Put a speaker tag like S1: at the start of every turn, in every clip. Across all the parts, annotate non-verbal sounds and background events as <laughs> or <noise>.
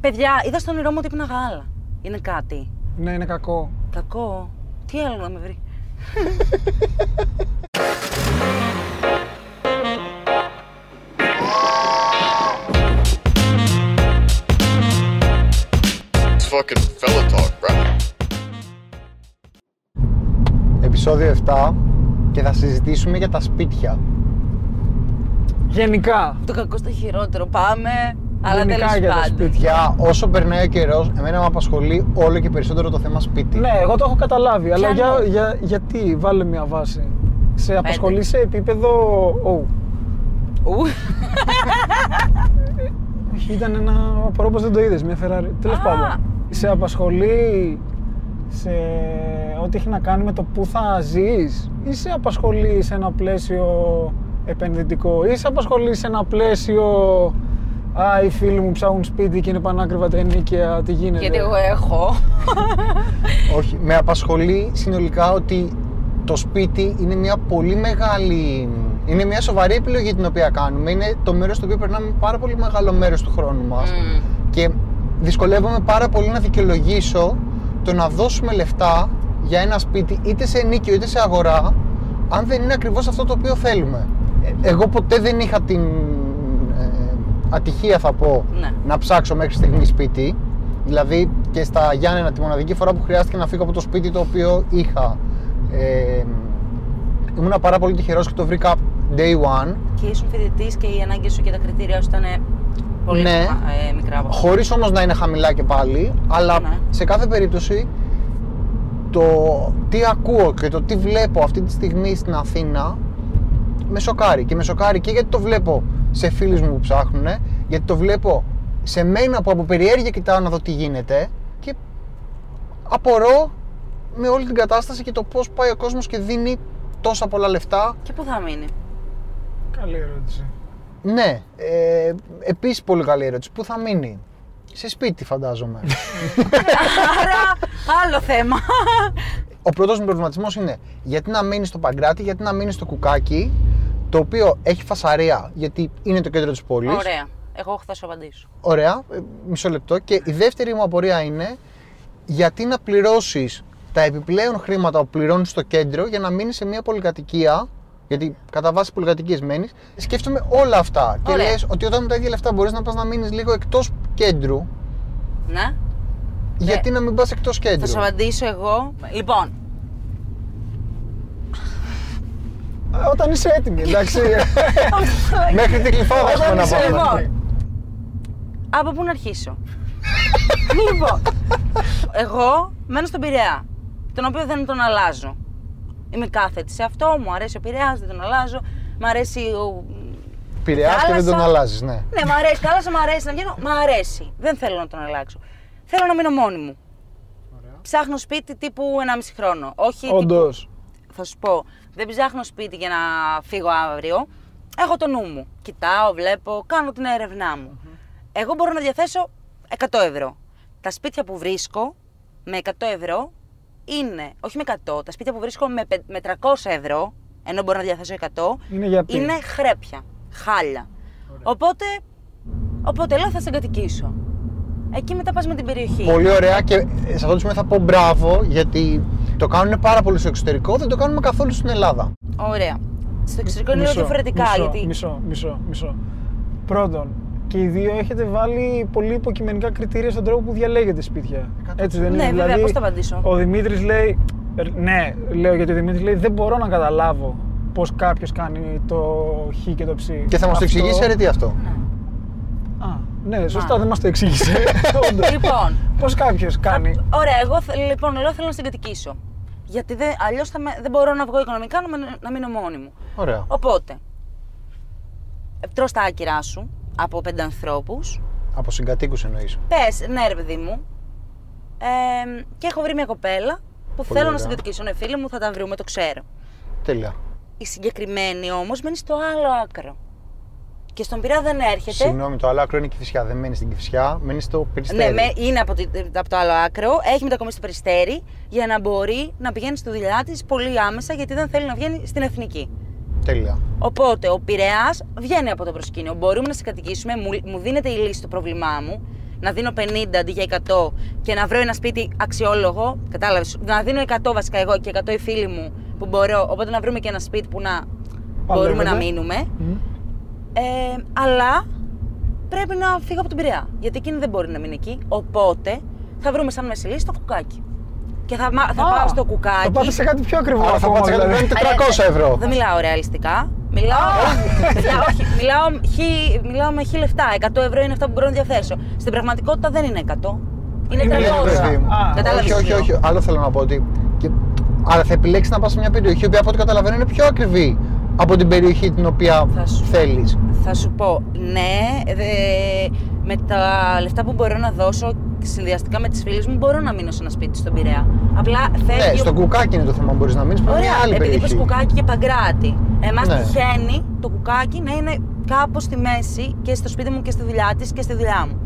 S1: Παιδιά, είδα στον όνειρό μου ότι ύπνα γάλα. Είναι κάτι.
S2: Ναι, είναι κακό.
S1: Κακό. Τι άλλο να με βρει.
S3: It's fucking fella talk, bro.
S4: Επισόδιο 7 και θα συζητήσουμε για τα σπίτια.
S2: Γενικά.
S1: Το κακό στο χειρότερο. Πάμε. Αλλά
S2: Γενικά
S1: τέλος
S2: για τα
S1: πάντων.
S2: σπίτια.
S4: Για όσο περνάει ο καιρός, εμένα με απασχολεί όλο και περισσότερο το θέμα σπίτι.
S2: Ναι, εγώ το έχω καταλάβει, αλλά
S1: Πιανού.
S2: για, για, γιατί βάλε μια βάση. Σε απασχολεί σε επίπεδο. Ου.
S1: Ου.
S2: Ναι, Ήταν ένα. Παρόλο δεν το είδες, μια Ferrari. Τέλος
S1: Α.
S2: πάντων. Σε απασχολεί σε ό,τι έχει να κάνει με το πού θα ζεις ή σε απασχολεί σε ένα πλαίσιο επενδυτικό ή σε απασχολεί σε ένα πλαίσιο «Α, οι φίλοι μου ψάχνουν σπίτι και είναι πανάκριβα τα ενίκαια, τι γίνεται».
S1: Γιατί εγώ έχω.
S4: Όχι, με απασχολεί συνολικά ότι το σπίτι είναι μια πολύ μεγάλη. Είναι μια σοβαρή επιλογή την οποία κάνουμε. Είναι το μέρος στο οποίο περνάμε πάρα πολύ μεγάλο μέρος του χρόνου μας.
S1: Μμμ.
S4: Και δυσκολεύομαι πάρα πολύ να δικαιολογήσω το να δώσουμε λεφτά για ένα σπίτι είτε σε νίκιο είτε σε αγορά αν δεν είναι ακριβώς αυτό το οποίο θέλουμε. Ε, εγώ ποτέ δεν είχα την ε, ατυχία θα πω
S1: Ναι.
S4: να ψάξω μέχρι στιγμή σπίτι. Δηλαδή και στα Γιάννενα τη μοναδική φορά που χρειάστηκε να φύγω από το σπίτι το οποίο είχα. Ε, ήμουνα πάρα πολύ τυχερός και το βρήκα day one.
S1: Και ήσουν φοιτητής και οι ανάγκες σου και τα κριτήρια σου ήταν ε, πολύ
S4: Ναι.
S1: μα- ε, μικρά από αυτά.
S4: χωρίς όμως να είναι χαμηλά και πάλι, αλλά
S1: Ναι.
S4: σε κάθε περίπτωση το τι ακούω και το τι βλέπω αυτή τη στιγμή στην Αθήνα με σοκάρει και με σοκάρει και γιατί το βλέπω σε φίλους μου που ψάχνουν, γιατί το βλέπω σε μένα που από περιέργεια κοιτάω να δω τι γίνεται και απορώ με όλη την κατάσταση και το πώς πάει ο κόσμος και δίνει τόσα πολλά λεφτά
S1: Και πού θα μείνει.
S2: Καλή ερώτηση.
S4: ναι, ε, επίσης πολύ καλή ερώτηση. Πού θα μείνει. Σε σπίτι φαντάζομαι.
S1: Άρα, άλλο θέμα.
S4: Ο πρώτος μου προβληματισμός είναι γιατί να μείνει στο Παγκράτη, γιατί να μείνει στο Κουκάκι, το οποίο έχει φασαρία γιατί είναι το κέντρο της πόλης.
S1: Ωραία. Εγώ θα σου απαντήσω.
S4: Ωραία, ε, μισό λεπτό. Και η δεύτερη μου απορία είναι γιατί να πληρώσεις τα επιπλέον χρήματα που πληρώνεις στο κέντρο για να μείνεις σε μια πολυκατοικία. Γιατί κατά βάση πολυκατοικίες μένεις, σκέφτομαι όλα αυτά. Και
S1: Ωραία.
S4: λες ότι όταν με τα ίδια λεφτά μπορείς να πας να μείνεις λίγο εκτός κέντρου,
S1: Ναι.
S4: γιατί να μην πας εκτός κέντρου.
S1: Θα σου απαντήσω εγώ.
S2: <laughs>
S1: Λοιπόν,
S2: Ε, Όταν είσαι έτοιμη,
S1: <laughs>
S2: εντάξει.
S4: Μέχρι την κλειφάδα έχουμε να
S2: είσαι
S4: πάμε.
S2: εδώ.
S1: λοιπόν. Από πού να αρχίσω. λοιπόν, εγώ μένω στον Πειραιά, τον οποίο δεν τον αλλάζω. Είμαι κάθετη σε αυτό, μου αρέσει ο Πειραιάς, δεν τον αλλάζω. Μ' αρέσει ο
S4: Πειραιάς και δεν τον
S1: Θάλασσα.
S4: αλλάζεις, ναι.
S1: Ναι, μ' αρέσει. Καλά, μου αρέσει να βγαίνω. Μ' αρέσει. Δεν θέλω να τον αλλάξω. Θέλω να μείνω μόνη μου. Ψάχνω σπίτι τύπου 1,5 χρόνο. Όχι. τύπου-
S2: Όντως.
S1: Θα σου πω, δεν ψάχνω σπίτι για να φύγω αύριο. Έχω το νου μου. Κοιτάω, βλέπω, κάνω την έρευνά μου. Εγώ μπορώ να διαθέσω 100 ευρώ. Τα σπίτια που βρίσκω με 100 ευρώ είναι, όχι με 100, τα σπίτια που βρίσκω με, πεν- με 300 ευρώ, ενώ μπορώ να διαθέσω 100,
S2: Είναι για πει.
S1: είναι χρέπια, χάλια. Οπότε, οπότε λέω θα σε εγκατοικήσω. Εκεί μετά πας με την περιοχή.
S4: Πολύ ωραία και σε αυτό το σημείο θα πω μπράβο γιατί το κάνουν πάρα πολύ στο εξωτερικό, δεν το κάνουμε καθόλου στην Ελλάδα.
S1: Ωραία. Στο εξωτερικό είναι λίγο διαφορετικά.
S2: μισό,
S1: γιατί...
S2: Μισό, μισό, μισό. Πρώτον, και οι δύο έχετε βάλει πολύ υποκειμενικά κριτήρια στον τρόπο που διαλέγετε σπίτια.
S4: Εκατό.
S2: Έτσι δεν είναι.
S1: Ναι, βέβαια,
S2: δηλαδή,
S1: πώς θα απαντήσω.
S2: Ο Δημήτρης λέει. «Ε, Ναι, λέω γιατί ο Δημήτρης λέει δεν μπορώ να καταλάβω πώς κάποιος κάνει το χ και το ψ.
S4: Και θα μας το
S2: Αυτό-
S4: εξηγήσει ρε τι αυτό.
S1: Ναι.
S2: Α, ναι, σωστά,
S1: Μα.
S2: δεν μας το
S1: <laughs>
S2: εξήγησε.
S1: Λοιπόν,
S2: πώς κάποιος <laughs> κάνει.
S1: ωραία, εγώ θε- λοιπόν, λέω θέλω να συγκατοικήσω. Γιατί δεν, αλλιώς θα με, δεν μπορώ να βγω οικονομικά να, με- να μείνω μόνη μου.
S4: Ωραία.
S1: Οπότε, τρως τα άκυρά σου από πέντε ανθρώπους,
S4: Από συγκατοίκους εννοείς.
S1: Πες, ναι, ρε παιδί μου. Ε, και έχω βρει μια κοπέλα που θέλω να
S4: ωραία.
S1: συγκατοικήσω. Ναι, φίλοι μου, θα τα βρούμε, το ξέρω.
S4: Τέλεια.
S1: Η συγκεκριμένη όμως μένει στο άλλο άκρο. Και στον πειρά δεν έρχεται.
S4: Συγγνώμη, το άλλο άκρο είναι κυφισιά. Δεν μένει στην κυφισιά, μένει στο περιστέρι.
S1: Ναι, με, είναι από, τη, από το άλλο άκρο. Έχει μετακομίσει στο περιστέρι για να μπορεί να πηγαίνει στη δουλειά της πολύ άμεσα γιατί δεν θέλει να βγαίνει στην εθνική.
S4: Τέλεια.
S1: Οπότε ο Πειραιάς βγαίνει από το προσκήνιο. Μπορούμε να συγκατοικήσουμε, μου, μου δίνεται η λύση στο πρόβλημά μου να δίνω 50 αντί για 100 και να βρω ένα σπίτι αξιόλογο. Κατάλαβες. Να δίνω 100 βασικά εγώ και 100 οι φίλοι μου που μπορώ. Οπότε να βρούμε και ένα σπίτι που να μπορούμε να
S2: Παλεύετε.
S1: μείνουμε.
S2: Μμ.
S1: Ε, αλλά πρέπει να φύγω από την Πειραιά. Γιατί εκείνη δεν μπορεί να μείνει εκεί. Οπότε θα βρούμε σαν μέση λύση το κουκάκι. Και θα, μα- θα
S2: Α,
S1: πάω στο κουκάκι.
S2: Θα πάτε σε κάτι πιο ακριβό.
S4: Άρα θα
S2: ακόμα,
S4: πάτε κάτι που
S2: δηλαδή.
S4: είναι 400 ευρώ.
S1: Δεν μιλάω ρεαλιστικά. Μιλάω, Παιδιά, όχι, μιλάω, χι, μιλάω με χι λεφτά. 100 ευρώ είναι αυτά που μπορώ να διαθέσω. Στην πραγματικότητα δεν είναι 100. Είναι
S2: Είναι λίγο,
S1: 300.
S4: παιδί μου.
S2: Α,
S1: Κατάλαβες
S4: όχι,
S1: τι
S4: όχι,
S1: λέω.
S4: όχι. Άλλο θέλω να πω ότι. Και... Άρα θα επιλέξεις να πας σε μια περιοχή η οποία από ό,τι καταλαβαίνω είναι πιο ακριβή από την περιοχή την οποία
S1: Θα σου-
S4: θέλεις.
S1: Θα σου πω, ναι, δε- με τα λεφτά που μπορώ να δώσω συνδυαστικά με τις φίλες μου μπορώ να μείνω σε ένα σπίτι στον Πειραιά. Απλά φεύγει...
S4: Ναι,
S1: ο-
S4: στο κουκάκι είναι το θέμα. Μπορείς να μείνεις πάνω σε μια άλλη
S1: επειδή είπες
S4: περιοχή.
S1: κουκάκι και παγκράτη. Εμάς
S4: Ναι.
S1: τυχαίνει το κουκάκι να είναι κάπως στη μέση και στο σπίτι μου και στη δουλειά της και στη δουλειά μου.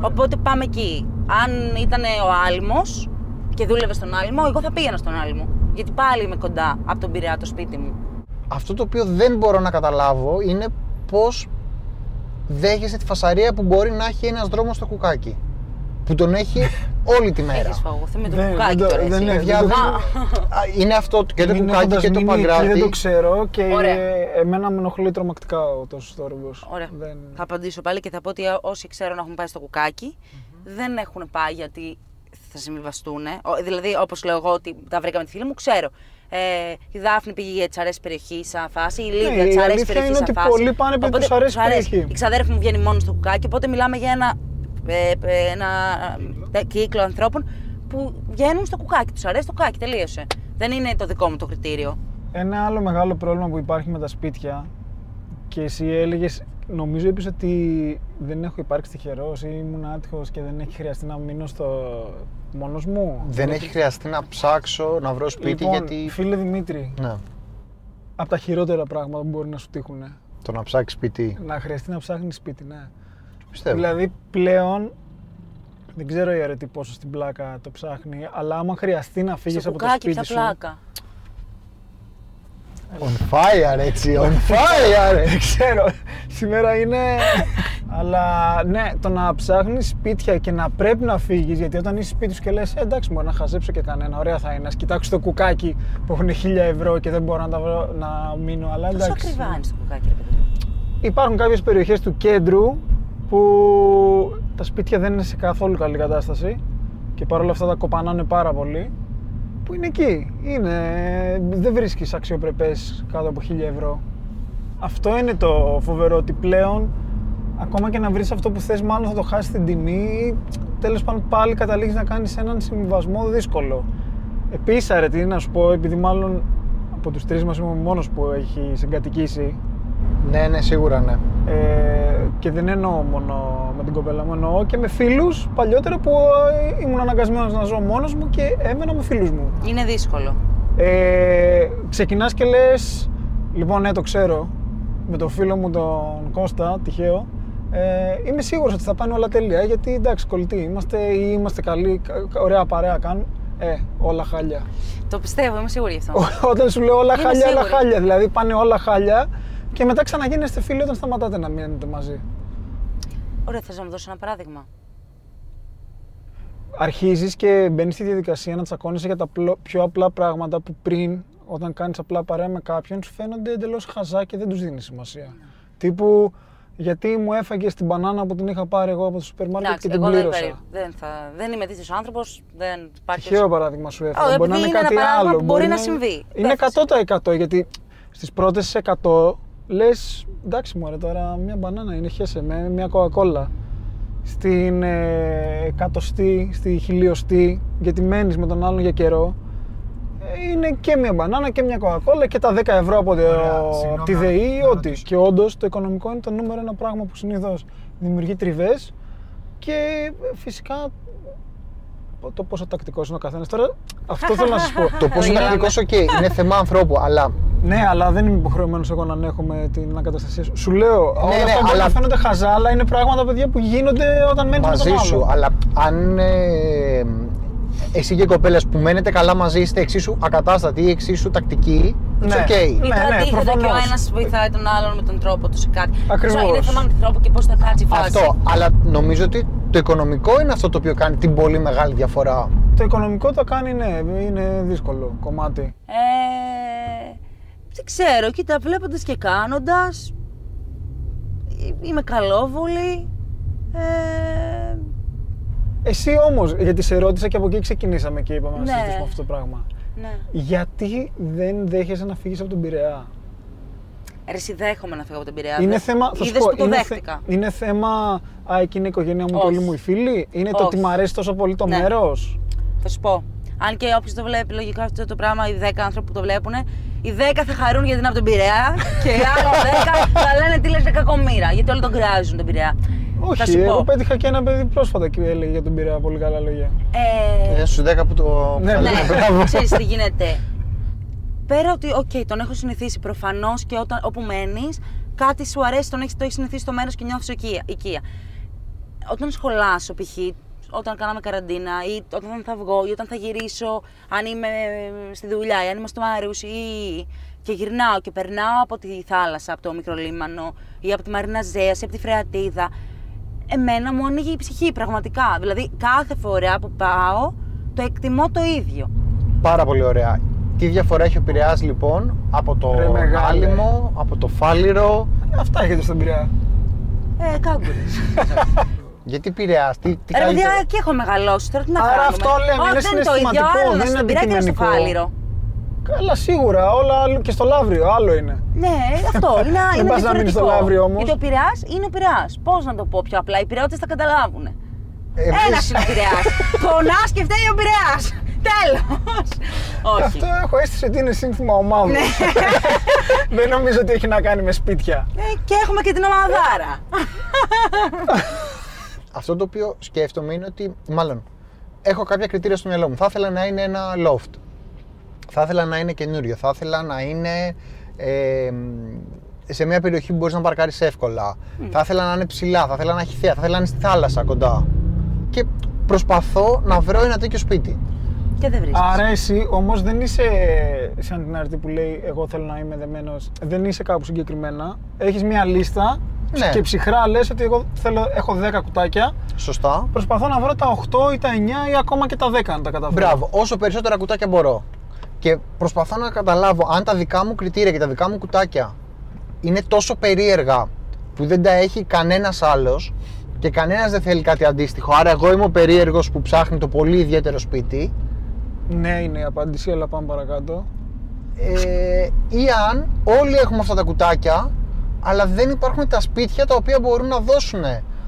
S1: Οπότε πάμε εκεί. Αν ήταν ο Άλμος και δούλευε στον Άλμο, εγώ θα πήγαινα στον Άλμο. Γιατί πάλι είμαι κοντά από τον Πειραιά το σπίτι μου.
S4: Αυτό το οποίο δεν μπορώ να καταλάβω είναι πώς δέχεσαι τη φασαρία που μπορεί να έχει ένας δρόμος στο κουκάκι. Που τον
S1: <laughs>
S4: έχει όλη τη μέρα. Ε,
S1: Έχεις φαγωθεί με το
S2: Δεν-
S1: κουκάκι
S2: δεν το-
S1: τώρα.
S2: δεν
S1: εσύ.
S2: είναι-
S4: Παιδιά,
S2: δεν το-
S4: δεν- Α, είναι αυτό και το
S2: Μην
S4: κουκάκι
S2: έχοντας
S4: και το
S2: μείνει εκεί, Δεν το
S4: παγκράτη.
S2: ξέρω και
S1: Ωραία.
S2: ε, εμένα με ενοχλεί τρομακτικά ο τόσος θόρυβο.
S1: Ωραία.
S2: Δεν...
S1: Θα απαντήσω πάλι και θα πω ότι όσοι ξέρω να έχουν πάει στο κουκακι δεν έχουν πάει γιατί θα συμβιβαστούν. Δηλαδή, όπως λέω εγώ, ότι τα βρήκα με τη φίλη μου, ξέρω. Ε, η Δάφνη πήγε για τι αρέσει περιοχή σαν φάση. Η Λίδια
S2: Ναι, η
S1: της αρέσει
S2: αλήθεια
S1: περιοχή.
S2: είναι
S1: σαν
S2: ότι
S1: φάση.
S2: πολλοί πάνε επειδή
S1: Οπότε
S2: τους αρέσει
S1: τους
S2: περιοχή.
S1: Η ξαδέρφη μου βγαίνει μόνος στο κουκάκι, οπότε μιλάμε για ένα, ε, ε, ένα ε, κύκλο ανθρώπων που βγαίνουν στο κουκάκι. Τους αρέσει το κουκάκι, τελείωσε. Δεν είναι το δικό μου το κριτήριο.
S2: Ένα άλλο μεγάλο πρόβλημα που υπάρχει με τα σπίτια και εσύ έλεγες, νομίζω είπες ότι δεν έχω υπάρξει τυχερός ή ήμουν άτυχος και δεν έχει χρειαστεί να μείνω στο μόνος μου.
S4: Δεν έχει χρειαστεί να ψάξω, να βρω σπίτι
S2: Λοιπόν,
S4: γιατί.
S2: Φίλε Δημήτρη,
S4: Ναι,
S2: από τα χειρότερα πράγματα που μπορεί να σου τύχουν.
S4: το να ψάξεις σπίτι.
S2: Να χρειαστεί να ψάχνεις σπίτι, ναι.
S4: Πιστεύω.
S2: Δηλαδή πλέον δεν ξέρω η αρετή πόσο στην πλάκα το ψάχνει, αλλά άμα χρειαστεί να φύγεις
S1: Στο
S2: από το
S1: κουκάκι,
S2: σπίτι
S1: πια
S2: σου.
S1: πλάκα.
S4: On fire, έτσι. On
S2: <laughs>
S4: fire.
S2: Δεν ξέρω. Σήμερα είναι. αλλά ναι, το να ψάχνεις σπίτια και να πρέπει να φύγεις, γιατί όταν είσαι σπίτι σου και λες, εντάξει, μπορώ να χαζέψω και κανένα, ωραία θα είναι. Ας κοιτάξω το κουκάκι που έχουν 1000 ευρώ και δεν μπορώ να, τα βρω, να μείνω. Αλλά
S1: Τόσο
S2: εντάξει.
S1: ακριβά είναι στο κουκάκι, ρε παιδί μου.
S2: Υπάρχουν κάποιες περιοχές του κέντρου που τα σπίτια δεν είναι σε καθόλου καλή κατάσταση και παρόλα αυτά τα κοπανάνε πάρα πολύ. Που είναι εκεί. Είναι, δεν βρίσκεις αξιοπρεπές κάτω από 1000 ευρώ. Αυτό είναι το φοβερό ότι πλέον ακόμα και να βρεις αυτό που θες μάλλον θα το χάσεις την τιμή. Τέλος πάντων, πάλι καταλήγεις να κάνεις έναν συμβιβασμό δύσκολο. Επίσης, αρετή να σου πω, επειδή μάλλον από τους τρεις μας είμαι ο μόνος που έχει συγκατοικήσει
S4: Ναι, ναι, σίγουρα ναι.
S2: ε, και δεν εννοώ μόνο με την κοπέλα μου, εννοώ και με φίλους παλιότερα που ε, ήμουν αναγκασμένος να ζω μόνος μου και έμενα με φίλους μου.
S1: Είναι δύσκολο.
S2: Ε, Ξεκινάς και λες, λοιπόν, ναι, το ξέρω, με τον φίλο μου τον Κώστα, τυχαίο. Ε, είμαι σίγουρος ότι θα πάνε όλα τέλεια γιατί εντάξει, κολλητοί είμαστε ή είμαστε καλοί, κα- κα- ωραία παρέα κάνουν. Ε, όλα χάλια. <laughs>
S1: Το πιστεύω, είμαι σίγουρη γι' αυτό.
S2: Ό- όταν σου λέω όλα
S1: Είμαι
S2: χάλια, όλα
S1: σίγουρη.
S2: χάλια. Δηλαδή πάνε όλα χάλια και μετά ξαναγίνεστε φίλοι όταν σταματάτε να μείνετε μαζί.
S1: Ωραία, θες να μου δώσω ένα παράδειγμα.
S2: αρχίζεις και μπαίνεις στη διαδικασία να τσακώνεσαι για τα πλο- πιο απλά πράγματα που πριν, όταν κάνεις απλά παρέα με κάποιον, σου φαίνονται εντελώς χαζά και δεν τους δίνεις σημασία.
S1: Ναι.
S2: Τύπου, γιατί μου έφαγες την μπανάνα που την είχα πάρει εγώ από το σούπερ μάρκετ και
S1: Εντάξει,
S2: την
S1: εγώ δεν,
S2: πλήρωσα.
S1: περι- δεν, θα... δεν είμαι τέτοιος άνθρωπος. Δεν υπάρχει.
S2: Τυχαίο παράδειγμα σου έφερα.
S1: Ω,
S2: μπορεί να
S1: επειδή
S2: είναι
S1: είναι
S2: κάτι
S1: ένα παράδειγμα
S2: άλλο.
S1: που μπορεί να συμβεί.
S2: Είναι
S1: Εντάξει.
S2: 100% γιατί στις πρώτες 100 λες, εντάξει μου τώρα μια μπανάνα είναι, χέσε με, μια κοκακόλα. Στην ε, εκατοστή, στη χιλιοστή, γιατί μένεις με τον άλλον για καιρό, ε, είναι και μια μπανάνα και μια κοκακόλα και τα 10 ευρώ από, το-
S4: συγγνώμη,
S2: από τη
S4: να-
S2: ΔΕΗ ή
S4: να
S2: ό,τι.
S4: ρωτήσω.
S2: Και όντως το οικονομικό είναι το νούμερο ένα πράγμα που συνήθως δημιουργεί τριβές και ε, φυσικά το πόσο τακτικός είναι ο καθένας. Τώρα, αυτό θέλω να σας πω.
S1: <laughs>
S4: Το πόσο
S1: Γελάμε.
S4: τακτικός, οκ, είναι θέμα ανθρώπου, αλλά.
S2: Ναι, αλλά δεν είμαι υποχρεωμένος εγώ να ανέχομαι την ανακαταστασία σου. Σου λέω, όλα
S4: ναι,
S2: αυτά μπορεί
S4: αλλά-
S2: να φαίνονται χαζά, αλλά είναι πράγματα, παιδιά, που γίνονται όταν μένεις με τον
S4: μαζί
S2: άλλο.
S4: σου, αλλά αν ε, εσύ και οι κοπέλες που μένετε καλά μαζί είστε εξίσου ακατάστατοι ή εξίσου τακτικοί, it's
S2: Ναι.
S4: okay.
S2: Ναι.
S1: Ναι, ναι, αντίθετα και ο
S2: προφανώς.
S1: ένας βοηθάει τον άλλον με τον τρόπο του σε κάτι.
S2: Ακριβώς.
S1: Είναι θέμα με τον τρόπο και πώς θα κάτσει η φάση.
S4: Αυτό, αλλά νομίζω ότι Το οικονομικό είναι αυτό το οποίο κάνει την πολύ μεγάλη διαφορά.
S2: Το οικονομικό το κάνει, ναι, είναι δύσκολο κομμάτι.
S1: Ε, δεν ξέρω, κοίτα, βλέποντας και κάνοντας. Είμαι καλόβολη. Ε,
S2: Εσύ όμως, γιατί σε ρώτησα και από εκεί ξεκινήσαμε και είπαμε να
S1: Ναι.
S2: συζητήσουμε αυτό το πράγμα.
S1: ναι.
S2: Γιατί δεν δέχεσαι να φύγεις από τον Πειραιά.
S1: Ρε, εσύ δέχομαι να φύγω από τον Πειραιά.
S2: Είναι
S1: Δε-
S2: θέμα. Θα σου
S1: είδες
S2: πω,
S1: που το
S2: είναι, θε-
S1: δέχτηκα.
S2: είναι θέμα. Α, εκείνη η οικογένειά μου και
S1: Όχι.
S2: όλοι μου οι φίλοι. Είναι το
S1: Όχι.
S2: ότι μ' αρέσει τόσο πολύ το
S1: Ναι.
S2: μέρος.
S1: Θα σου πω. Αν και όποιος το βλέπει, λογικά αυτό το πράγμα, οι 10 άνθρωποι που το βλέπουν, οι 10 θα χαρούν γιατί είναι από τον
S2: <laughs>
S1: Πειραιά και οι άλλοι 10 θα λένε τι λες ρε κακομοίρα, γιατί όλοι τον κράζουν τον Πειραιά. θα
S2: Όχι,
S1: σου
S2: εγώ
S1: πω.
S2: πέτυχα και ένα παιδί πρόσφατα και έλεγε για τον Πειραιά πολύ καλά λόγια.
S1: Ε,
S4: Ε, στους 10 που το. που
S2: Ναι,
S4: θα
S1: Ναι,
S4: λέμε, μπράβο.
S1: ξέρεις τι γίνεται. Πέρα ότι, οκ, τον έχω συνηθίσει προφανώς και όταν, όπου μένεις, κάτι σου αρέσει, τον έχεις, το έχεις συνηθίσει το μέρος και νιώθεις οικία, οικία. Όταν σχολάσω, π.χ., όταν κάναμε καραντίνα ή όταν θα βγω ή όταν θα γυρίσω, αν είμαι ε, στη δουλειά ή αν είμαι στο Μάριους ή... και γυρνάω και περνάω από τη θάλασσα, από το μικρολίμανο ή από τη Μαρίνα Ζέας ή από τη Φρεατίδα, εμένα μου ανοίγει η ψυχή πραγματικά. Δηλαδή κάθε φορά που πάω το εκτιμώ το ίδιο.
S4: Πάρα πολύ ωραία. Τι διαφορά έχει ο Πειραιά λοιπόν από το
S2: Ρε, μεγάλε.
S4: Άλυμο, από το Φάληρο.
S2: Αυτά έχετε στον Πειραιά.
S1: Ε, κάγκουρες.
S4: Γιατί Πειραιά, τι, τι
S1: Ρε παιδιά,
S4: καλύτερο.
S1: εκεί έχω μεγαλώσει τώρα, τι να
S2: Άρα
S1: κάνουμε.
S2: αυτό λέμε,
S1: Όχι,
S2: είναι
S1: δεν είναι το ίδιο,
S2: συναισθηματικό,
S1: άλλο
S2: δεν είναι
S1: στον Πειραιά και άλλο στο
S2: αντικειμενικό.
S1: Φάληρο.
S2: Καλά, σίγουρα. Όλα άλλο και στο Λαύριο. Άλλο είναι.
S1: Ναι, αυτό είναι,
S2: Δεν
S1: είναι
S2: πας να μείνεις στο Λαύριο, όμως.
S1: Γιατί ο Πειραιάς είναι ο Πειραιάς. Πώς να το πω πιο απλά, οι Πειραιώτε θα καταλάβουν.
S4: Εμείς-
S1: Ένας είναι ο Πειραιάς.
S2: <laughs>
S1: Πονάς και φταίει ο Πειραιάς. Τέλος. Όχι. Ναι.
S2: Αυτό έχω αίσθηση ότι είναι σύνθημα ομάδο. <laughs> Δεν νομίζω ότι έχει να κάνει με σπίτια.
S1: Ε, και έχουμε και την ομαδάρα.
S4: Αυτό το οποίο σκέφτομαι είναι ότι, μάλλον, έχω κάποια κριτήρια στο μυαλό μου. Θα ήθελα να είναι ένα loft. Θα ήθελα να είναι καινούριο. Θα ήθελα να είναι ε, σε μια περιοχή που μπορείς να παρκάρεις εύκολα. Θα ήθελα να είναι ψηλά. Θα ήθελα να έχει θέα. Θα ήθελα να είναι στη θάλασσα κοντά. Και προσπαθώ να βρω ένα τέτοιο σπίτι.
S1: και δεν βρίσκεις.
S2: Άρα εσύ όμως δεν είσαι σαν την αρτή που λέει Εγώ θέλω να είμαι δεμένος. Δεν είσαι κάπου συγκεκριμένα. Έχεις μια λίστα
S4: Ναι.
S2: και ψυχρά λες ότι εγώ θέλω, έχω 10 κουτάκια.
S4: Σωστά.
S2: Προσπαθώ να βρω τα 8 ή τα 9 ή ακόμα και τα 10 αν τα καταφέρω.
S4: Μπράβο, όσο περισσότερα κουτάκια μπορώ. Και προσπαθώ να καταλάβω αν τα δικά μου κριτήρια και τα δικά μου κουτάκια είναι τόσο περίεργα που δεν τα έχει κανένας άλλος και κανένας δεν θέλει κάτι αντίστοιχο. Άρα, εγώ είμαι ο περίεργος που ψάχνει το πολύ ιδιαίτερο σπίτι.
S2: Ναι, είναι η απάντηση, αλλά πάμε παρακάτω.
S4: Ε, ή αν όλοι έχουμε αυτά τα κουτάκια, αλλά δεν υπάρχουν τα σπίτια τα οποία μπορούν να δώσουν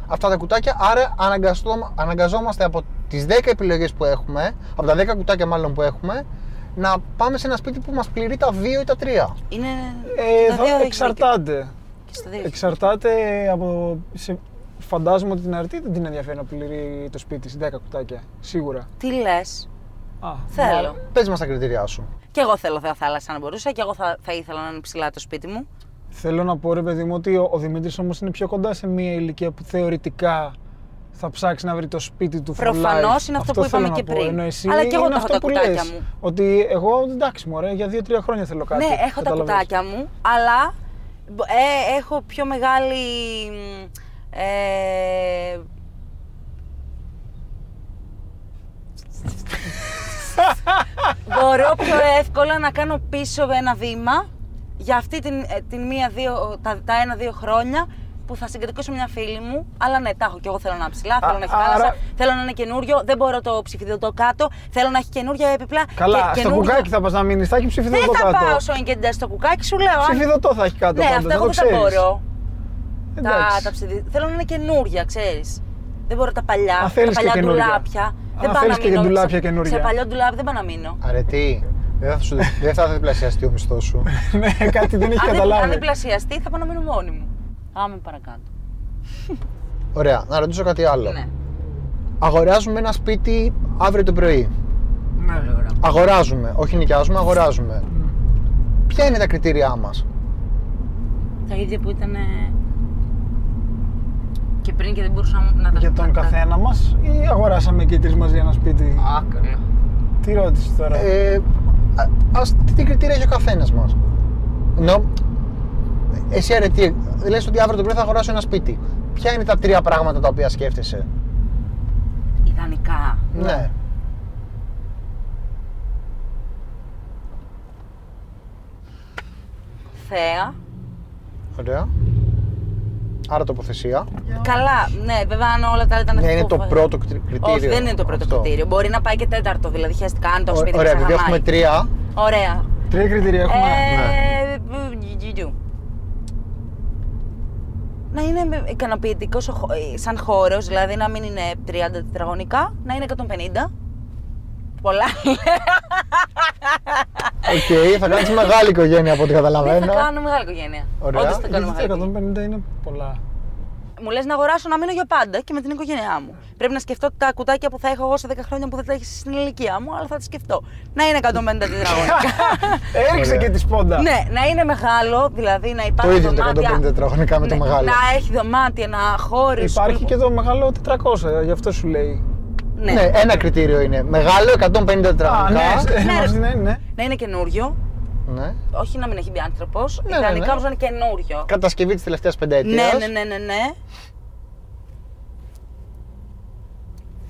S4: αυτά τα κουτάκια. Άρα αναγκαστώ- αναγκαζόμαστε από τις 10 επιλογές που έχουμε, από τα 10 κουτάκια μάλλον που έχουμε, να πάμε σε ένα σπίτι που μας πληρεί τα 2 ή τα 3.
S1: Είναι.
S2: Ε,
S1: τα
S2: εδώ
S1: δύο έχεις
S2: εξαρτάται.
S1: δίκιο. Και στα δύο έχεις
S2: Εξαρτάται από. Σε... Φαντάζομαι ότι την αρτή δεν την ενδιαφέρει να πληρεί το σπίτι σε 10 κουτάκια. Σίγουρα.
S1: δίκιο. Τι λες,
S2: Α,
S1: θέλω.
S4: Πες μας τα κριτήριά σου.
S1: Και Ναι. εγώ θέλω Θεά θάλασσα αν μπορούσα, και εγώ θα, θα ήθελα να είναι ψηλά το σπίτι μου.
S2: Θέλω να πω ρε παιδί μου ότι ο, ο Δημήτρης όμως είναι πιο κοντά σε μια ηλικία που θεωρητικά θα ψάξει να βρει το σπίτι του for
S1: Προφανώς
S2: life.
S1: είναι αυτό που
S2: θέλω
S1: είπαμε
S2: να
S1: και
S2: πω.
S1: πριν.
S2: Ενώ εσύ
S1: Αλλά και εγώ
S2: είναι
S1: τα έχω
S2: αυτό
S1: τα
S2: που
S1: κουτάκια
S2: λες.
S1: μου.
S2: Ότι εγώ εντάξει μωρέ, για 2-3 χρόνια θέλω κάτι.
S1: ναι, έχω τα
S2: καταλαβαίνεις.
S1: κουτάκια μου, αλλά μπο- ε, έχω πιο μεγάλη. μ, Ε, μπορώ πιο εύκολα να κάνω πίσω ένα βήμα για αυτή την, ε, την μία, δύο, τα, τα ένα-δύο χρόνια που θα συγκεντρώσω μια φίλη μου. Αλλά ναι, τα έχω και εγώ. Θέλω να είναι ψηλά, θέλω να έχει
S2: άρα-
S1: θάλασσα, θέλω να είναι καινούριο. Δεν μπορώ το ψηφιδωτό κάτω. Θέλω να έχει καινούργια έπιπλα.
S2: Καλά,
S1: και-
S2: στο
S1: καινούργια-
S2: κουκάκι θα πας να μείνεις, θα έχει
S1: δεν
S2: ψηφιδωτό
S1: θα
S2: κάτω.
S1: πάω όσο είναι και ντέ στο κουκάκι, σου λέω. αν-
S2: Ψηφιδωτό θα έχει κάτω
S1: Ναι,
S2: πάντως,
S1: αυτά εγώ
S2: το
S1: δεν τα
S2: ξέρεις. Ε,
S1: μπορώ. Τα,
S2: Εντάξει.
S1: τα ψηφι- Θέλω να είναι καινούρια, ξέρεις. Δεν μπορώ τα παλιά.
S2: Α,
S1: τα
S2: θέλεις
S1: παλιά
S2: και καινούρια.
S1: ντουλάπια.
S2: Α,
S1: δεν πάω
S2: θέλεις
S1: να
S2: και
S1: μείνω.
S2: ντουλάπια
S1: σε,
S2: καινούρια.
S1: σε παλιό ντουλάπι δεν πάω να μείνω.
S4: Αρετή, δεν θα, σου, δεν θα διπλασιαστεί ο μισθός σου.
S2: ναι, κάτι δεν έχει
S1: αν, δεν, αν
S2: καταλάβει.
S1: δεν πλασιαστεί, θα πάω να μείνω μόνη μου. Πάμε παρακάτω.
S4: Ωραία, να ρωτήσω κάτι άλλο.
S1: Ναι.
S4: Αγοράζουμε ένα σπίτι αύριο το πρωί.
S2: Ναι.
S4: Αγοράζουμε, όχι νοικιάζουμε, αγοράζουμε. Ποια είναι τα κριτήριά μας.
S1: Τα ίδια που ήταν. ε, και πριν και δεν μπορούσα να- να τα
S2: Για τον
S1: να τα-
S2: καθένα μας ή αγοράσαμε και οι τρεις μαζί ένα σπίτι.
S1: Άκρο.
S2: Τι ρώτησες τώρα.
S4: ε, α, ας, τι- τι κριτήρια έχει ο καθένας μας. Ενώ εσύ αρετή, λες ότι αύριο το πρωί θα αγοράσω ένα σπίτι. Ποια είναι τα τρία πράγματα τα οποία σκέφτεσαι. Ναι.
S1: Θέα.
S4: Ωραία. Άρα τοποθεσία.
S1: Καλά, ναι, βέβαια αν όλα τα άλλα ήταν
S4: Ναι, είναι το
S1: φόβο.
S4: πρώτο κρι- κριτήριο.
S1: ε. Όχι, δεν είναι το πρώτο
S4: Αυτό.
S1: κριτήριο. Μπορεί να πάει και τέταρτο, δηλαδή χαίστηκα αν το
S4: Ω-
S1: σπίτι μου
S4: Ωραία,
S1: σε
S4: επειδή έχουμε
S1: χαμάει.
S4: τρία.
S1: Ωραία.
S2: Τρία κριτήρια έχουμε.
S1: Ε,
S4: ναι.
S1: γιου, γιου, γιου. Να είναι ικανοποιητικό ε, σαν χώρος, δηλαδή να μην είναι 30 τετραγωνικά, να είναι 150. Πολλά.
S4: Οκ, θα κάνεις μεγάλη οικογένεια από ό,τι
S1: <laughs> Ναι,
S4: καταλαβαίνω.
S1: θα κάνουμε μεγάλη οικογένεια.
S4: Ωραία.
S1: Όντως θα
S2: Γιατί
S1: κάνουμε μεγάλη
S2: τα
S1: οικογένεια.
S2: 150 είναι πολλά.
S1: Μου λες να αγοράσω να μείνω για πάντα και με την οικογένειά μου. Πρέπει να σκεφτώ τα κουτάκια που θα έχω εγώ σε 10 χρόνια που δεν τα έχεις στην ηλικία μου, αλλά θα τα σκεφτώ. Να είναι 150 τετραγωνικά.
S4: <laughs>
S1: <laughs>
S2: Έριξε και τη σπόντα.
S1: ναι, να είναι μεγάλο, δηλαδή να
S4: Το
S1: υπάρχει.
S4: ίδιο είναι το
S1: δωμάτια-
S4: 150 τετραγωνικά με το
S1: Ναι,
S4: μεγάλο.
S1: Να έχει δωμάτια, ένα χώρο.
S2: Υπάρχει και το μεγάλο 400, γι' αυτό σου λέει.
S1: Ναι.
S4: Ναι, ένα κριτήριο είναι. Μεγάλο 150
S2: Α,
S4: τετραγωνικά.
S2: ναι,
S1: Ναι,
S2: ναι,
S1: ρε.
S2: ναι, ναι.
S1: Να είναι καινούριο.
S4: Ναι.
S1: Όχι να μην έχει μπει άνθρωπος.
S4: ναι,
S1: Ιδανικά
S4: ναι.
S1: όμως να είναι καινούριο.
S4: Κατασκευή της τελευταίας
S1: Ναι,
S4: πενταετία.
S1: ναι, ναι, ναι, ναι.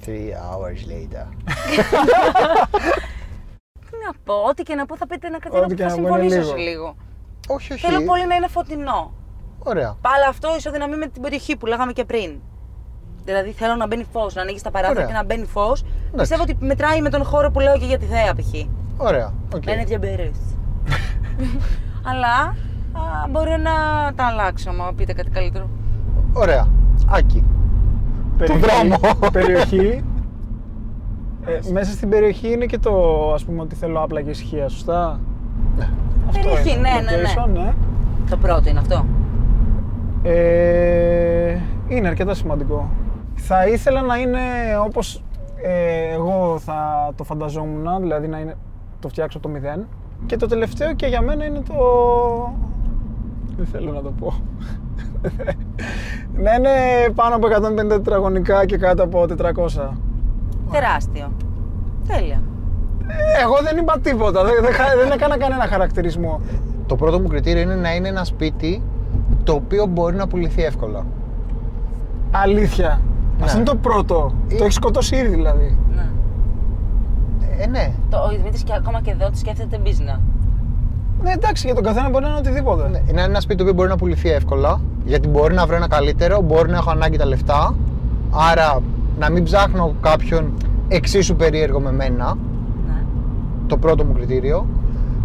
S4: Three hours later.
S1: Τι να πω, ό,τι και να πω θα πείτε ένα κάτι
S2: Ό,τι
S1: που
S2: και
S1: θα
S2: να πω, είναι
S1: συμφωνήσω σε
S2: λίγο.
S1: λίγο.
S4: Όχι, όχι.
S1: Θέλω πολύ να είναι φωτεινό.
S4: Ωραία.
S1: Πάλι αυτό ισοδυναμεί με την περιοχή που λέγαμε και πριν. Δηλαδή θέλω να μπαίνει φως, να ανοίγεις τα παράθυρα
S4: Ωραία.
S1: και να μπαίνει φως. Πιστεύω ότι μετράει με τον χώρο που λέω και για τη θέα π.χ.
S4: Ωραία. οκ.
S1: Με είναι <laughs> διαμπερή. Αλλά α, μπορεί να τα αλλάξω, άμα πείτε κάτι καλύτερο.
S4: Ωραία. Άκη.
S2: περιοχή,
S4: δρόμο.
S2: <laughs> περιοχή. Ε, μέσα στην περιοχή είναι και το ας πούμε ότι θέλω απλά και ησυχία, σωστά. Ναι.
S1: Περιοχή, ναι, ναι, ναι.
S2: ναι.
S1: Το πρώτο είναι αυτό.
S2: Ε, είναι αρκετά σημαντικό. Θα ήθελα να είναι όπως ε, εγώ θα το φανταζόμουν, δηλαδή να είναι, το φτιάξω από το μηδέν. Και το τελευταίο και για μένα είναι το... Δεν θέλω να το πω. να είναι πάνω από 150 τετραγωνικά και κάτω από 400.
S1: Τεράστιο. Τέλεια.
S2: Εγώ δεν είπα τίποτα, δεν, δεν, χα- δεν έκανα κανένα χαρακτηρισμό.
S4: Το πρώτο μου κριτήριο είναι να είναι ένα σπίτι το οποίο μπορεί να πουληθεί εύκολα.
S2: Αλήθεια.
S4: Ναι.
S2: Αυτό είναι το πρώτο.
S4: Ε-
S2: Το έχεις σκοτώσει ήδη δηλαδή.
S1: Ναι.
S4: Ε, ναι.
S1: Το, ο Δημήτρης και ακόμα και εδώ τη σκέφτεται business.
S2: Ναι, εντάξει, για τον καθένα μπορεί να είναι οτιδήποτε.
S4: Ναι, Να είναι ένα σπίτι το οποίο μπορεί να πουληθεί εύκολα, γιατί μπορεί να βρω ένα καλύτερο, μπορεί να έχω ανάγκη τα λεφτά. Άρα να μην ψάχνω κάποιον εξίσου περίεργο με μένα,
S1: Ναι.
S4: το πρώτο μου κριτήριο.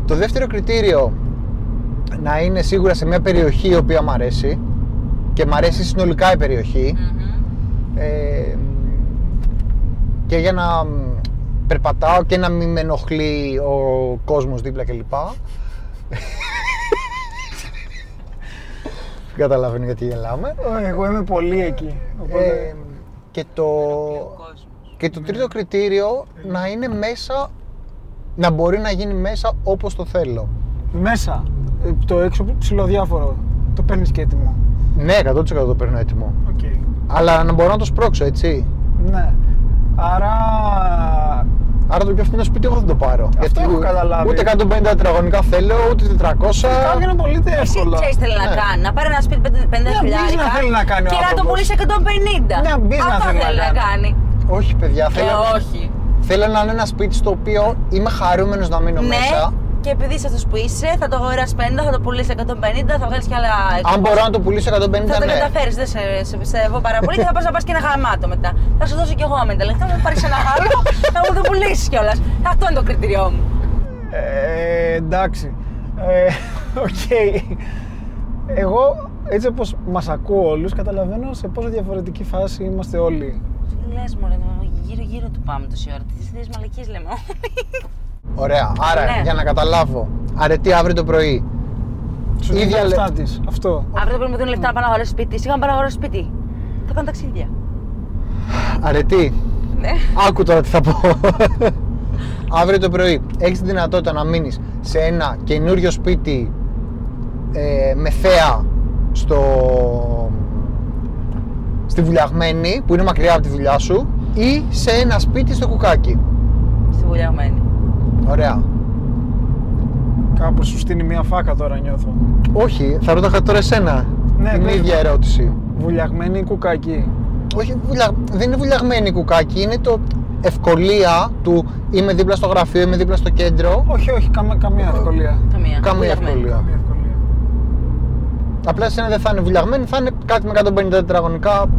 S4: Το δεύτερο κριτήριο να είναι σίγουρα σε μια περιοχή η οποία μου αρέσει και μου αρέσει συνολικά η περιοχή.
S1: Μμμ.
S4: Ε, και για να μ, περπατάω και να μην με ενοχλεί ο κόσμος δίπλα κλπ. Δεν καταλαβαίνω γιατί γελάμε.
S2: Ω, Ε, Εγώ είμαι πολύ εκεί. Οπότε...
S4: Ε, και, το,
S1: Ο κόσμος.
S4: και το τρίτο κριτήριο να είναι μέσα, να μπορεί να γίνει μέσα όπως το θέλω.
S2: Μέσα. ε, Το έξω ψηλοδιάφορο. Το παίρνεις και έτοιμο.
S4: Ναι, 100% το παίρνω έτοιμο.
S2: Οκ.
S4: Αλλά να μπορώ να το σπρώξω, έτσι.
S2: Ναι. Άρα.
S4: Άρα το πιο φθηνό σπίτι εγώ δεν το πάρω. Αυτό
S2: έχω καταλάβει.
S4: Ούτε 150 τετραγωνικά θέλω, ούτε 400.
S2: Κάτι είναι πολύ
S1: Τι
S2: εύκολα.
S1: ξέρει τι θέλει να
S4: Ναι.
S1: κάνει, να πάρει ένα σπίτι 50
S2: business θέλει να κάνει ο
S1: και να το
S2: άνθρωπος.
S1: πουλήσει 150.
S2: Μια business
S1: Αυτό
S2: θέλει να
S1: θέλει να κάνει.
S4: Όχι, παιδιά,
S1: Ε,
S4: θέλω,
S1: όχι.
S4: θέλω να είναι ένα σπίτι στο οποίο είμαι χαρούμενος να μείνω
S1: Ναι,
S4: μέσα.
S1: και επειδή είσαι αυτός που είσαι, θα το αγοράσεις 50, θα το πουλήσεις 150, θα βγάλεις κι άλλα.
S4: Αν μπορώ να το πουλήσω 150,
S1: θα το
S4: ναι.
S1: καταφέρεις, δεν σε, σε πιστεύω πάρα πολύ και θα πας να πας και ένα γαμάτο μετά. Θα σου δώσω κι εγώ με τα λεφτά, μου πάρεις ένα άλλο, θα μου το πουλήσεις κιόλας. Αυτό είναι το κριτηριό μου.
S2: Ε, εντάξει. Ε, <laughs> Οκ. Εγώ έτσι όπως μας ακούω όλους καταλαβαίνω σε πόσο διαφορετική φάση είμαστε όλοι.
S1: Λες μου, γύρω-γύρω του πάμε τόση ώρα. Τι ιδέε μαλακίες λέμε.
S4: Ωραία. Άρα,
S1: Ναι.
S4: για να καταλάβω, αρετή αύριο το πρωί.
S2: Σου
S4: Ίδια
S2: δίνει τα
S4: λε-
S2: λεφτά της. Αυτό.
S1: Αύριο πρέπει να μου δίνουν λεφτά να πάω να αγοράσω σπίτι. Σιγά να πάω να αγοράσω σπίτι. Θα κάνω ταξίδια.
S4: Αρετή,
S1: Ναι.
S4: άκου τώρα τι θα πω. αύριο το πρωί έχεις τη δυνατότητα να μείνεις σε ένα καινούριο σπίτι ε, με θέα στο... στη Βουλιαγμένη, που είναι μακριά από τη δουλειά σου, ή σε ένα σπίτι στο κουκάκι.
S1: Στη βουλιαγμένη.
S4: Ωραία.
S2: Κάπως σου στείνει μια φάκα τώρα νιώθω.
S4: Όχι, θα ρωτάγα τώρα εσένα.
S2: Ναι,
S4: την
S2: πες
S4: ίδια
S2: μου.
S4: ερώτηση.
S2: Βουλιαγμένη κουκάκι.
S4: Όχι, βουλια... δεν είναι βουλιαγμένη η κουκάκι, είναι το ευκολία του είμαι δίπλα στο γραφείο, είμαι δίπλα στο κέντρο.
S2: Όχι, όχι, καμία, καμία ευκολία.
S1: Καμία.
S4: Καμία
S1: Βουλιαγμένη.
S4: ευκολία.
S2: Καμία ευκολία.
S4: Απλά σε ένα δεν θα είναι βουλιαγμένη, θα είναι κάτι με 150 τετραγωνικά.
S2: <laughs>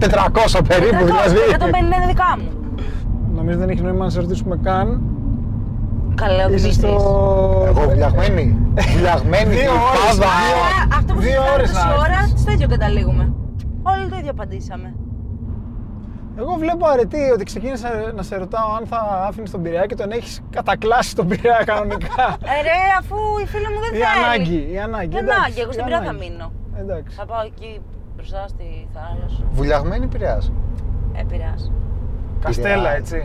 S4: 400 περίπου δηλαδή.
S1: 150 είναι δικά μου.
S2: Νομίζω δεν έχει νόημα να σε ρωτήσουμε καν.
S1: Καλά, ο
S2: Είσαι
S1: Δημήτρης.
S2: στο.
S4: Εγώ βουλιαγμένη. Βουλιαγμένη,
S2: Δύο ώρες, ε.
S4: κλειπάδα.
S2: δύο-
S1: Άρα, αυτό που
S2: Δύο
S1: συζητάμε
S2: ώρες
S1: τόση
S2: να
S1: ώρα,
S2: έρθεις.
S1: στο ίδιο καταλήγουμε. Όλοι το ίδιο απαντήσαμε.
S2: Εγώ βλέπω αρετή ότι ξεκίνησα να σε ρωτάω αν θα άφηνες τον Πειραιά και τον έχεις κατακλάσει τον
S1: <laughs>
S2: Πειραιά κανονικά.
S1: Ε, ρε, αφού η φίλη μου δεν
S2: Η
S1: θέλει.
S2: ανάγκη, η ανάγκη.
S1: Η
S2: εντάξει,
S1: ανάγκη, εγώ στην
S2: η
S1: πειρά θα
S2: ανάγκη.
S1: μείνω.
S2: Εντάξει.
S1: Θα πάω εκεί μπροστά στη θάλασσα.
S4: Βουλιαγμένη πειράζει.
S1: Ε, πειράζει.
S2: Καστέλα,
S4: Πειραιά.
S2: έτσι.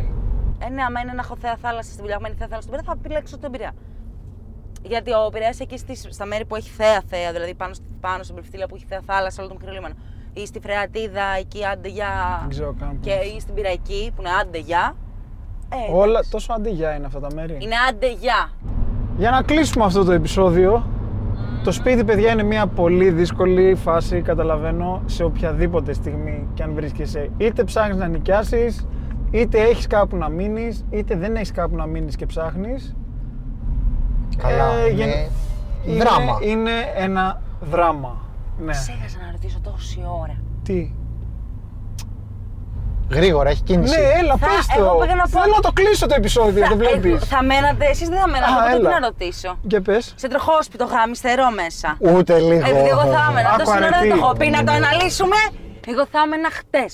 S1: Ε, ναι, άμα είναι να έχω θέα θάλασσα στην πυλαγμένη θέα θάλασσα στην πειρα, θα επιλέξω τον πειρά. Γιατί ο πειρά εκεί στις, στα μέρη που έχει θέα θέα, δηλαδή πάνω, στη- πάνω στην Πληφθύλα που έχει θέα θάλασσα, όλο το μικρό λίμανο. Ή στη Φρεατίδα, εκεί άντε για.
S2: Δεν ξέρω καν.
S1: Και ή στην Πυραϊκή που είναι άντε για. Ε,
S2: Όλα
S1: εντάξει.
S2: τόσο αντιγιά είναι αυτά τα μέρη.
S1: Είναι άντε για.
S2: Για να κλείσουμε αυτό το επεισόδιο. Το σπίτι, παιδιά, είναι μια πολύ δύσκολη φάση, καταλαβαίνω, σε οποιαδήποτε στιγμή και αν βρίσκεσαι. Είτε ψάχνεις να νοικιάσεις, είτε έχεις κάπου να μείνεις, είτε δεν έχεις κάπου να μείνεις και ψάχνεις.
S4: Καλά. ναι.
S2: Ε,
S4: είναι
S2: Είναι,
S4: Δράμα.
S2: είναι ένα δράμα. Ναι.
S1: Ξέχασα να ρωτήσω τόση ώρα.
S2: Τι.
S4: Γρήγορα, έχει κίνηση.
S2: Ναι, έλα,
S1: Θα-
S2: πες
S1: εγώ
S2: το.
S1: πήγα να πω-
S2: Θέλω να το κλείσω το επεισόδιο, το βλέπεις.
S1: ε, θα μένατε, εσείς δεν θα μένατε.
S2: Α,
S1: εγώ τι
S2: έλα.
S1: να ρωτήσω.
S2: Και πες.
S1: Σε τροχόσπιτο γάμιστερό μέσα.
S2: Ε,
S1: Ε,
S4: Ούτε λίγο.
S1: Επειδή εγώ θα έμενα.
S2: Άκου,
S1: Τόση ώρα δεν
S2: αρετή.
S1: το έχω πει να
S2: Ναι.
S1: το αναλύσουμε. Εγώ θα έμενα χτες.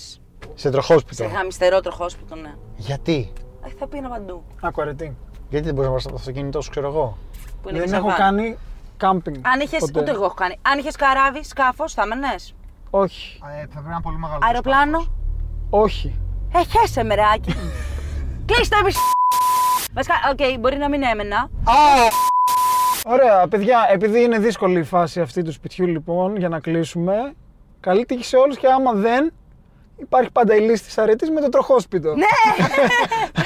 S4: Σε τροχόσπιτο.
S1: Σε γαμιστερό τροχόσπιτο, ναι.
S4: Γιατί.
S1: Ε, θα πήγαινα παντού.
S2: Άκου, αρετή.
S4: Γιατί δεν μπορεί να πα από το αυτοκίνητό σου, ξέρω εγώ.
S1: Που είναι και
S2: Δεν
S1: σαν
S2: έχω
S1: βαν.
S2: κάνει κάμπινγκ.
S1: Αν είχες.
S2: ποτέ.
S1: Ούτε εγώ έχω κάνει. Αν είχες καράβι, σκάφος, θα μενέ.
S2: Όχι.
S4: Ε, θα πρέπει να είναι πολύ μεγάλο. το
S1: Αεροπλάνο.
S2: Όχι.
S1: Ε, χέσε
S2: <laughs>
S1: μεράκι. Κλείστε εμεί. Βασικά, οκ, μπορεί να μην έμενα.
S2: Ωραία, παιδιά, επειδή είναι δύσκολη η φάση αυτή του σπιτιού, λοιπόν, για να κλείσουμε, καλή τύχη σε όλους και άμα δεν, υπάρχει πάντα η λύση της αρετής με το τροχόσπιτο.
S1: Ναι!